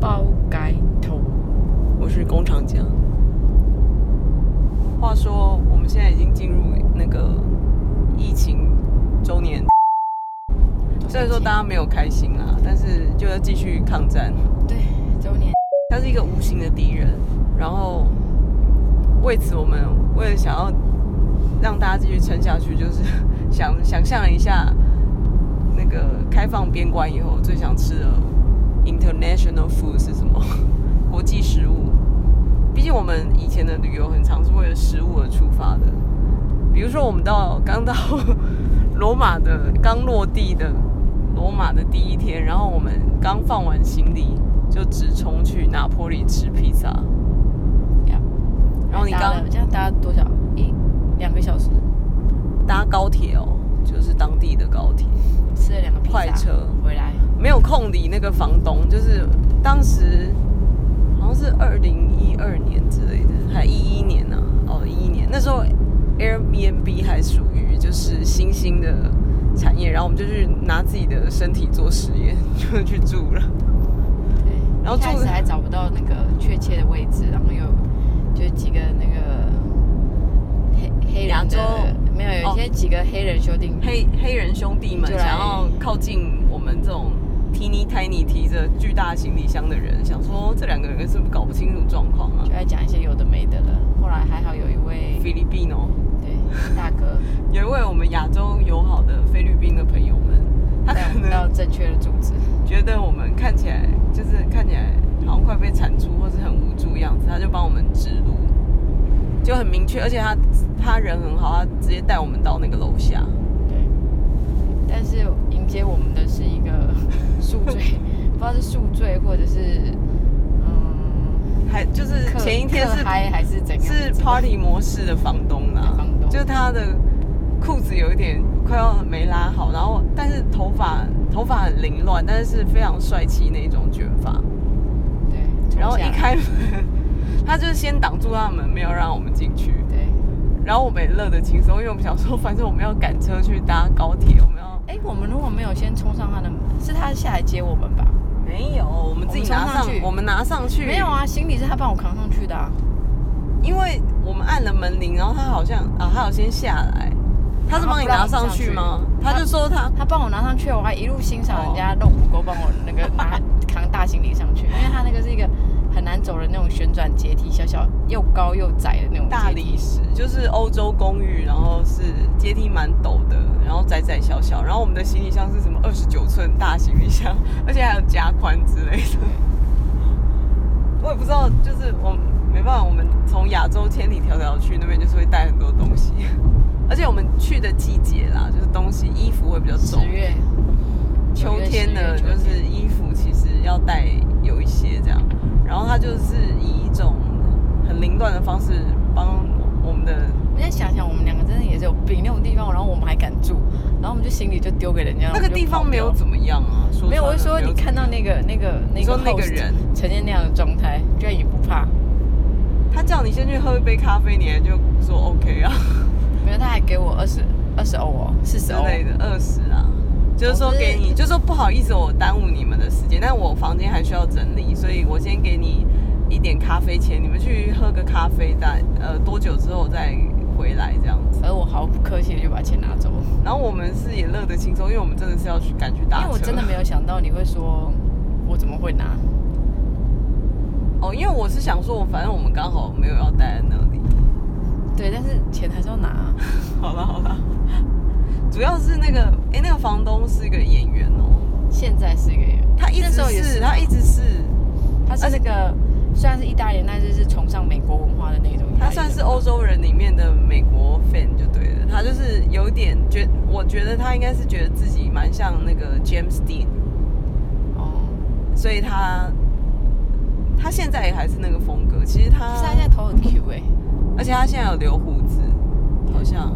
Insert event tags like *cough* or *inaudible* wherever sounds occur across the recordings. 包改头。我是工厂家。话说，我们现在已经进入那个疫情周年，虽然说大家没有开心啊，但是就要继续抗战。对周年，他是一个无形的敌人，然后为此我们为了想要让大家继续撑下去，就是 *laughs* 想想象一下那个开放边关以后最想吃的 international food 是什么？ *laughs* 国际食物。毕竟我们以前的旅游很常是为了食物而出发的，比如说我们到刚到 *laughs* 罗马的刚落地的罗马的第一天，然后我们刚放完行李就直冲去拿坡里吃披萨，呀然后你搭刚哎了这样搭多少？一两个小时，搭高铁哦，就是当地的高铁，吃了两个披萨快车回来，没有空理那个房东，就是当时好像是二零一二年之类的，还一一年呢、哦一一年那时候 Airbnb 还属于就是新兴的 *laughs* 产业，然后我们就去拿自己的身体做实验，就去住了。对，然后一开住始还找不到那个确切的位置，然后有就几个那个黑黑亚人洲的没有，有一些几个黑人修订哦黑黑人兄弟们就来想要靠近我们这种 teeny tiny 提着巨大行李箱的人，想说这两个人是不是搞不清楚状况啊就？在讲一些有的没的了。后来还好有一位菲律宾哦。对大哥有一位我们亚洲友好的菲律宾的朋友们， *laughs* 他带可我们到能正确的组织，觉得我们看起来就是看起来好像快被铲除或是很无助的样子，他就帮我们指路，就很明确，而且他他人很好，他直接带我们到那个楼下。对。但是迎接我们的是 *laughs* 一个宿醉，不知道是宿醉或者是嗯，还就是客前一天客是嗨还是怎样？是 party 模式的房东啦、房东就他的裤子有一点快要没拉好，然后但是头发头发很凌乱，但是是非常帅气那种卷发。对，然后一冲下来开门， *laughs* 他就是先挡住他的门，没有让我们进去。对。然后我们也乐得轻松，因为我们想说，反正我们要赶车去搭高铁，我们要哎，我们如果没有先冲上他的门，是他下来接我们吧？没有，我们自己拿我们冲上去我们拿上去没有，啊，行李是他帮我扛上去的啊。因为我们按了门铃，然后他好像啊，他有先下来，他是帮你拿上去吗？他他不让我们上去就说他他帮我拿上去，我还一路欣赏人哦家肉骨沟帮我那个拿扛大行李上 *laughs* 去，因为他那个是一个很难走的那种旋转阶梯，小小又高又窄的那种大阶梯。理石，就是欧洲公寓，然后是阶梯蛮陡的，然后窄窄小小，然后我们的行李箱是什么二十九寸大行李箱， *laughs* 而且还有加宽之类 *laughs* 的。我也不知道，就是我没办法，我们从亚洲千里迢迢去那边，就是会带很多东西，而且我们去的季节啦，就是东西衣服会比较重十，月，秋天的九就月十月是衣服其实要带有一些这样，然后他就是以一种很凌乱的方式帮我们的。我现在想想，我们两个真的也是有病，那种地方，然后我们还敢住，然后我们就行李就丢给人家。那个地方没有么。怎么样啊，说没有，我是穿了说你怎么看到样那个那个那你说个那个 host 人呈现那样的状态，居然也不怕。他叫你先去喝一杯咖啡，你还就说 OK 啊没有，他还给我二十二十欧哦，四之十欧。类 *laughs* 的，二十啊，就是说总之给你，就是说不好意思，我耽误你们的时间，但我房间还需要整理，所以我先给你一点咖啡钱，你们去喝个咖啡，再呃多久之后再回来这样子。而我毫不客气的就把钱拿走，然后我们是也乐得轻松，因为我们真的是要去赶去因搭车，为我真的没有想到你会说，我怎么会拿？哦，因为我是想说，我反正我们刚好没有要待在那 *laughs* 里。对，但是钱还是要拿啊、好了好了，主要是那个，哎、那个房东是一个演员哦，现在是一个月，他一直那时候也是他一直是，他是那个虽然是意大利人，但是是崇尚美国文化的那种意大利人。他算是欧洲人里面的美国 fan 就对了，他就是有点觉，我觉得他应该是觉得自己蛮像那个 James Dean，哦，所以他他现在也还是那个风格，其实他可是他现在头很 Q 哎、而且他现在有留胡子，好像。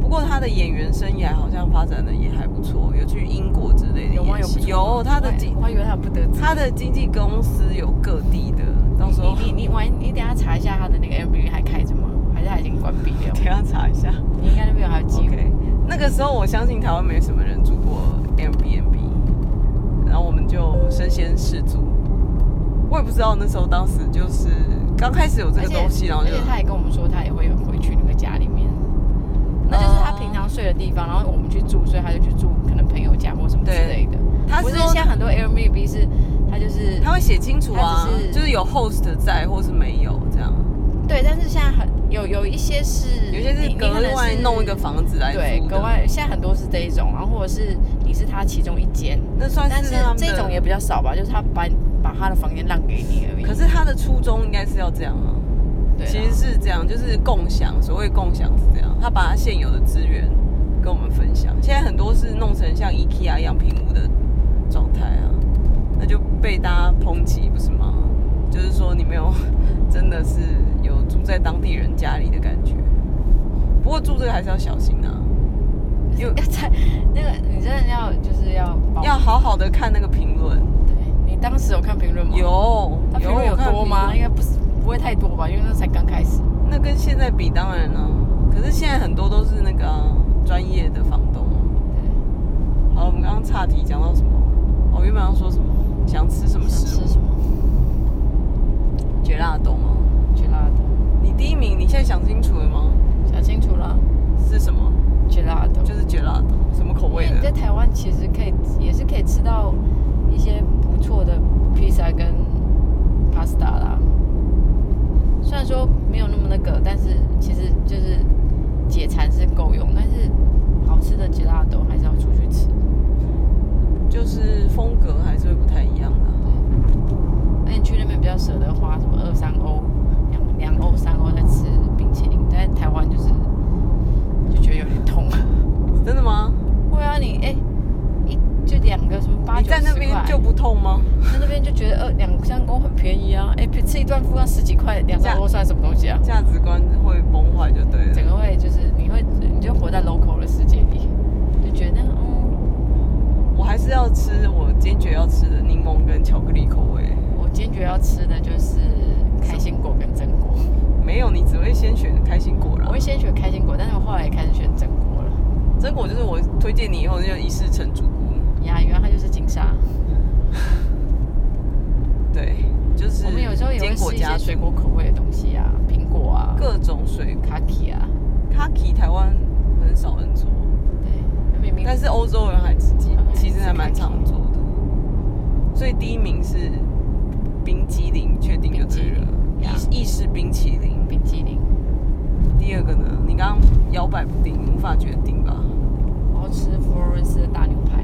不过他的演员生涯好像发展的也还不错，有去英国之类的有吗？演有不戏。错有吗他的我还经我还以为他不得志。他的经纪公司有各地的，到时候你你你晚你等一下查一下他的那个 MV 还开着吗？还是他已经关闭了 *laughs* 等？ *laughs* 一下查一下。你应该那边有还有机会。 OK，那个时候我相信台湾没什么人住过 Airbnb，然然后我们就身先士卒。我也不知道那时候当时就是刚开始有这而个且东西，然后而就且他也跟我们说，他也会回去那个家里面，哦那就是他平常睡的地方，然后我们去住，所以他就去住可能朋友家或什么之对类的。他不是是说现在很多 Airbnb 是，他就是他会写清楚啊他只，是就是有 host 在或是没有这样，对，但是现在很有有一些是有些是你你格可能外是弄一个房子来对租的格外，现在很多是这一种，然后或者是你是他其中一间，那算但是他们的这种也比较少吧，就是他把把他的房间让给你而已。可是他的初衷应该是要这样啊，对啊其实 *laughs* 是这样，就是共享，所谓共享是这样，他把他现有的资源跟我们分享。现在很多是弄成像 IKEA 一样屏幕的状态啊，那就被大家抨击不是吗？就是说你没有真的是有住在当地人家里的感觉。不过住这个还是要小心啊，因为要在那个你真的要就是要保要好好的看那个评论。对，你当时有看评论吗？有，他评论我有看多吗？评论应该不是不会太多吧，因为那才刚开始。那跟现在比当然了、可是现在很多都是那个啊专、业的房东啊。对，好，我们刚刚岔题讲到什么？我、原本要说什么？想吃什么想食吃物？什么？绝辣豆吗？绝辣的，你第一名，你现在想清楚了吗？想清楚了，是什么？绝辣的。就是绝辣豆，什么口味因为你在的？台湾其实可以，也是可以吃到一些不错的披萨跟 pasta 啦。虽然说没有那么那个，但是其实就是解馋是够用，但是好吃的吉拉豆还是要出去吃。就是风格还是会不太一样啊。而且你去那边比较舍得花什么二三欧、两两欧、三欧在吃冰淇淋，但是台湾就是就觉得有点痛。 *laughs* 真的吗？会啊，你哎、一就两个什么八你九在那十块边就不痛吗？在那边就觉得呃两三公很便宜啊，哎、吃一顿付上十几块，两这三样欧算什么东西啊？价值观会崩坏就对整了。个会就是你会你就活在 local 的世界里，就觉得嗯，我还是要吃我坚决要吃的柠檬跟巧克力口味。我坚决要吃的就是开心果跟榛果。没有，你只会先选开心果啦我会。先选开心果，但是我后来也开始选榛果了。榛果就是我推荐你以后就一试成主顾。呀，原来啊它就是金沙。对，就是我们有时候也会坚果吃一加些醋水果口味的东西啊，苹果啊，各种水果。卡其啊，卡其台湾很少人做，对，明明但是欧洲人还自己嗯其实还蛮常做的。所以第一名是冰激凌，确定就对了冰激凌呀。意意式冰淇淋。冰激凌，第二个呢？你刚刚摇摆不定，无法决定吧？我要吃佛罗伦斯的大牛排。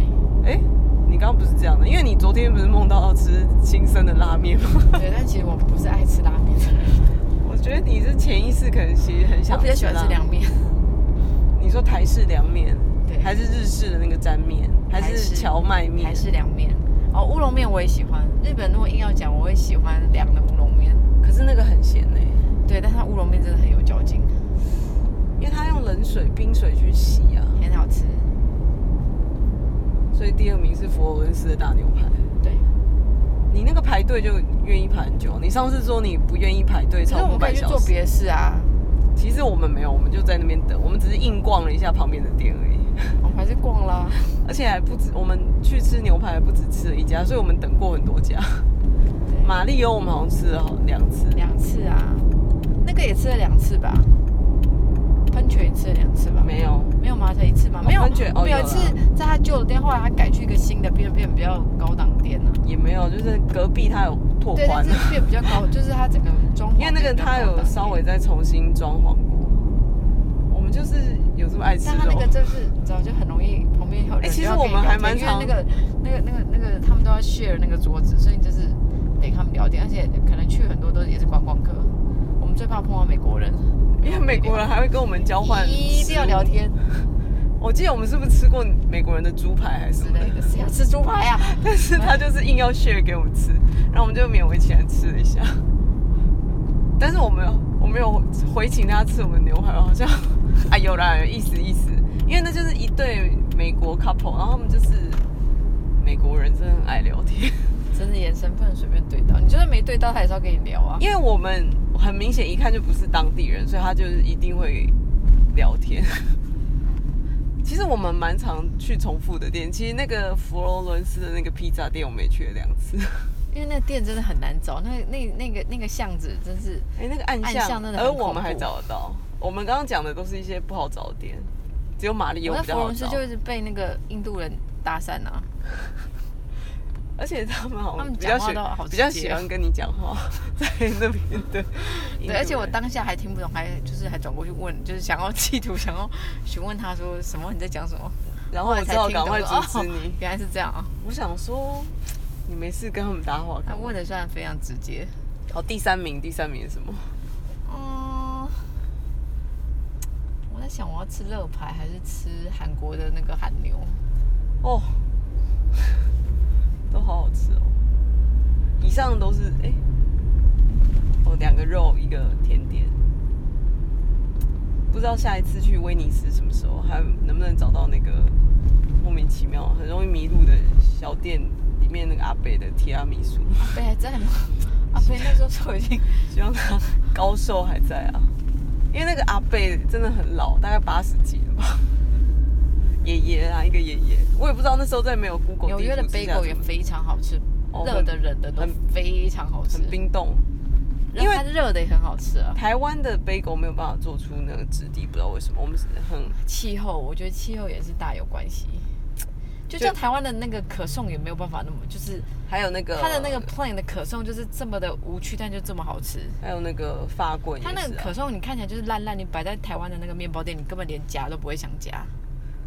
哎，你刚刚不是这样的，因为你昨天不是梦到要吃新生的拉面吗？对，但其实我不是爱吃拉面的人， *laughs* 我觉得你是潜意识可能其实很我想比较喜欢吃拉面凉面。你说台式凉面，对，还是日式的那个沾面，还台是式荞麦面？还是凉面。哦，乌龙面我也喜欢。日本如果硬要讲，我会喜欢凉的乌龙面。可是那个很咸欸呢、对，但它乌龙面真的很有嚼劲，因为它用冷水、冰水去洗啊。很好吃。所以第二名是佛罗伦斯的大牛排。对，你那个排队就愿意排很久。你上次说你不愿意排队可是超我过们可半以去小做时，别的事啊。其实我们没有，我们就在那边等，我们只是硬逛了一下旁边的店而已。我们还是逛啦。而且还不止，我们去吃牛排还不止吃了一家，所以我们等过很多家。对马里欧我们好像吃了好两次，两次啊，那个也吃了两次吧，喷泉也吃了两次吧？没有，没有吗？才一次吗？哦没有，喷泉哦我们有一有啦次在他旧的店，后来他改去一个新的，变变比较高档店了、也没有，就是隔壁它有拓对，宽但，是变比较高，就是它整个装潢因为那个它有稍微变再重新装潢过。我们就是有这么爱比吃哦较高档一点，但它那肉个。就是早就很容易旁边有人哎其就实要跟我你聊们天。还蛮因常为那个那个那个那个他们都要 share 那个桌子，所以你就是得跟他们聊天，而且可能去很多都也是观光客。我们最怕碰到美国人，因为美国人还会跟我们交换，一定要聊。天我记得我们是不是吃过美国人的猪排还是之什么类的？的，谁要吃猪排啊？但是他就是硬要 share 给我们吃，然后我们就勉为其难吃了一下。但是我们我没有回请他吃我们牛排，好像 *laughs* 啊有啦，有意思意思，因为那就是一对美国 couple，然后他们就是美国人，真的很爱聊天。真的眼神不能随便对到，你就算没对到，他也是要跟你聊啊。因为我们很明显一看就不是当地人，所以他就是一定会聊天。 *laughs* 其实我们蛮常去重复的店，其实那个佛罗伦斯的那个披萨店，我们也去了两次。因为那个店真的很难找，那那那个那个巷子真是哎、那个暗暗巷，巷真的很而我们还恐怖找得到。我们刚刚讲的都是一些不好找的店，只有玛丽有我在比佛较罗好伦斯找。就一直被那个印度人搭讪啊，而且他们好他们像比较讲话喜都好直比较接喜哦欢跟你讲话，在那边的。对，而且我当下还听不懂，还就是还转过去问，就是想要企图想要询问他说什么你在讲什么，然后后我来知才道听赶懂快说阻止哦你。原来是这样啊！我想说，你没事跟他们搭 *laughs* 话他干嘛？啊问的算非常直接，好，第三名，第三名是什么？嗯，我在想我要吃乐牌还是吃韩国的那个韩牛，哦， *laughs* 都好好吃哦。以上都是哎、哦，两个肉，一个甜点。不知道下一次去威尼斯什么时候，还能不能找到那个莫名其妙、很容易迷路的小店里面那个阿贝的提拉米苏？ *laughs* 阿啊贝还 *laughs* 在吗？阿贝那时候说已 *laughs* 经希望他高寿还在啊，因为那个阿贝真的很老，大概八十几了吧。爷爷啊，一个爷爷，我也不知道那时候在没有 Google 纽约的地图之下 bagel 也怎么非常好吃，哦热很的冷的都很非常好吃，很冰冻。然因后为它热的也很好吃啊。台湾的 bagel 没有办法做出那个质地，不知道为什么，我们是很气候，我觉得气候也是大有关系。就像台湾的那个可颂也没有办法那么，就是还有那个它的那个 plain 的可颂就是这么的无趣，但就这么好吃。还有那个发棍也它是、啊，那个可颂你看起来就是烂烂，你摆在台湾的那个面包店，你根本连夹都不会想夹。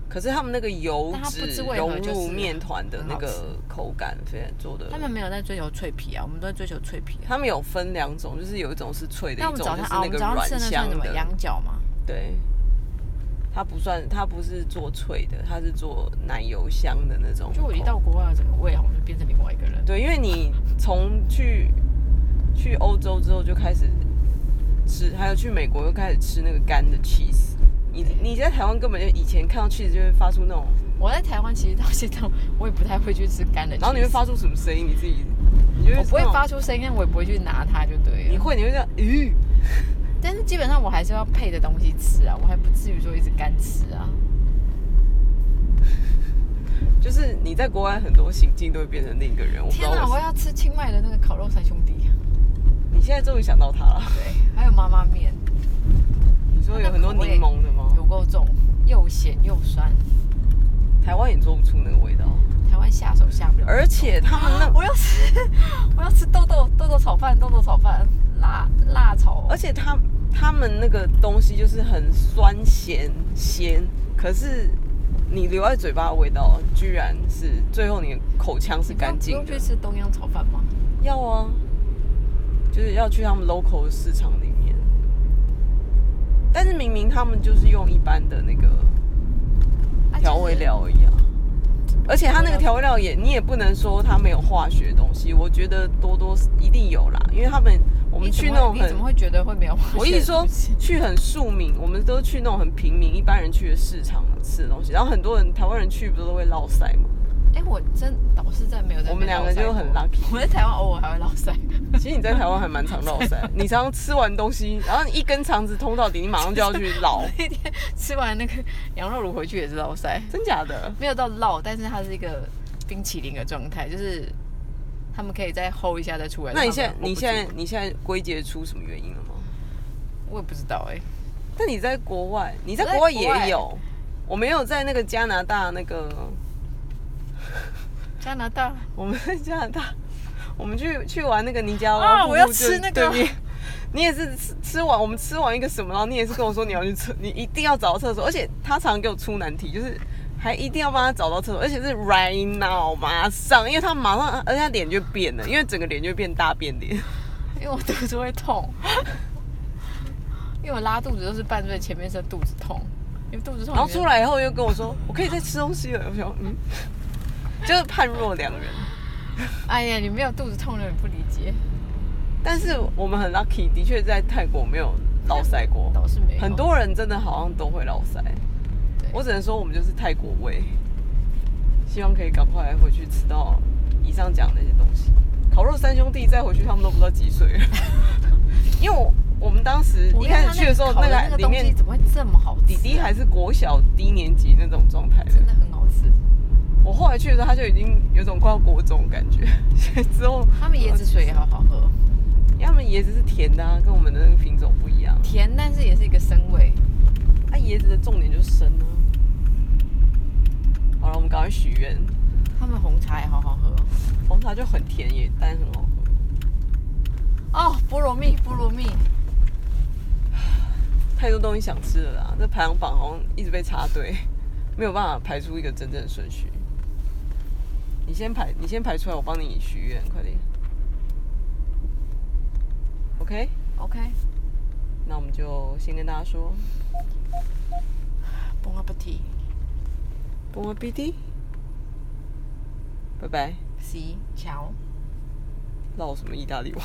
可是他们那个油但它不脂知为何融就入是面团的那很好个口感，非常做的。他们没有在追求脆皮啊，我们都在追求脆皮啊。他们有分两种，就是有一种是脆的，那我一们种早就上是啊，我那们个早上软吃的那算香什么的。羊角嘛？对，它不算，它不是做脆的，它是做奶油香的那种。就我一到，国外，整个胃好像就变成另外一个人。对，因为你从去去欧洲之后就开始吃，还有去美国又开始吃那个干的 cheese。你你在台湾根本就以前看到 cheese 就会发出那种，我在台湾其实到现在我也不太会去吃干的，然后你会发，出什么声音？你自己，你就我不会那种发，出声音，但我也不会去拿它，就对了。你会你会这样，咦、但是基本上我还是要配的东西吃啊，我还不至于说一直干吃啊。就是你在国外很多行径都会变成另一个人。我不知道天为哪，什我么要吃清迈的那个烤肉三兄弟，你现在终于想到 *laughs* 他了。对，还有妈妈面，你说有很多它的口味柠檬的吗？有够重，又咸又酸，台湾也做不出那个味道。台湾下手下不了。啊而且他们那，我要吃， *laughs* 我要吃豆豆豆豆炒饭，豆豆炒饭，辣辣炒，而且他他们那个东西就是很酸咸咸，可是你留在嘴巴的味道，居然是最后你的口腔是干净你不的用。去吃东阳炒饭吗？要啊，就是要去他们 local 的市场里面。但是明明他们就是用一般的那个啊调味，料而已啊，而且它那个调味料也，你也不能说它没有化学东西，我觉得多多一定有啦，因为他们我我们去那种你很怎么会觉得会没有化 *laughs* 学的东西？我一直说去很庶民，我们都去那种很平民一般人去的市场吃的东西，然后很多人台湾人去不都会落塞 *laughs* 吗？哎、我真倒是在没有在我们两个就很 lucky 我在台湾偶尔还会落腮，其实你在台湾还蛮常落塞，你常常吃完东西，然后你一根肠子通到底，你马上就要去 *laughs* 捞，那天吃完那个羊肉炉回去也是落腮。真假的？没有到烙，但是它是一个冰淇淋的状态，就是他们可以再 hold 一下再出来。那你现在但他们你 hold 不住现在你现在归结出什么原因了吗？我也不知道哎、但你在国外，你在我在国外国也外有，我没有在那个加拿大那个，加拿大我们在加拿大， *laughs* 我们去去玩那个尼加啊拉瀑布我要就吃那对个面。 *laughs* 你也是吃吃完，我们吃完一个什么，然后你也是跟我说你要去厕，你一定要找到厕所，而且他常常给我出难题，就是还一定要帮他找到厕所，而且是 right now 马上，因为他马上，而且他脸就变了，因为整个脸就变大变脸。因为我肚子会痛，因为我拉肚子都是伴随前面是肚子痛，因为肚子痛，然后出来以后又跟我说，我可以再吃东西了。我想，嗯，就是判若两人。哎呀，你没有肚子痛的你不理解，但是我们很 lucky，的确在泰国没有落塞过，倒是没有很多人真的好像都会落塞。对我只能说我们就是泰国味，希望可以赶快回去吃到以 *laughs* 上讲的那些东西。烤肉三兄弟再回去，他们都不知道几岁了。因为我我们当时我一开始去的时候，那个个里东西面怎么会这么好吃啊？弟弟还是国小低年级那种状态的真。的很好吃。我后来去的时候，他就已经有种快要国中的感觉， *laughs* 所以之后他们椰子水也好好喝，因为他们椰子是甜的、啊，跟我们的那个品种不一样。甜，但是也是一个生味。那、啊椰子的重点就是生啊。好了，我们赶快许愿。他们红茶也好好喝红茶就很甜也，但很好喝。哦，菠萝蜜，菠萝蜜，太多东西想吃了啦，这排行榜好像一直被插队， *laughs* 没有办法排出一个真正的顺序。你先排，你先排出来，我帮你许愿，快点。OK， OK，那我们就先跟大家说， bon appetit， b o n BD，拜拜。洗桥。绕什么意大利网？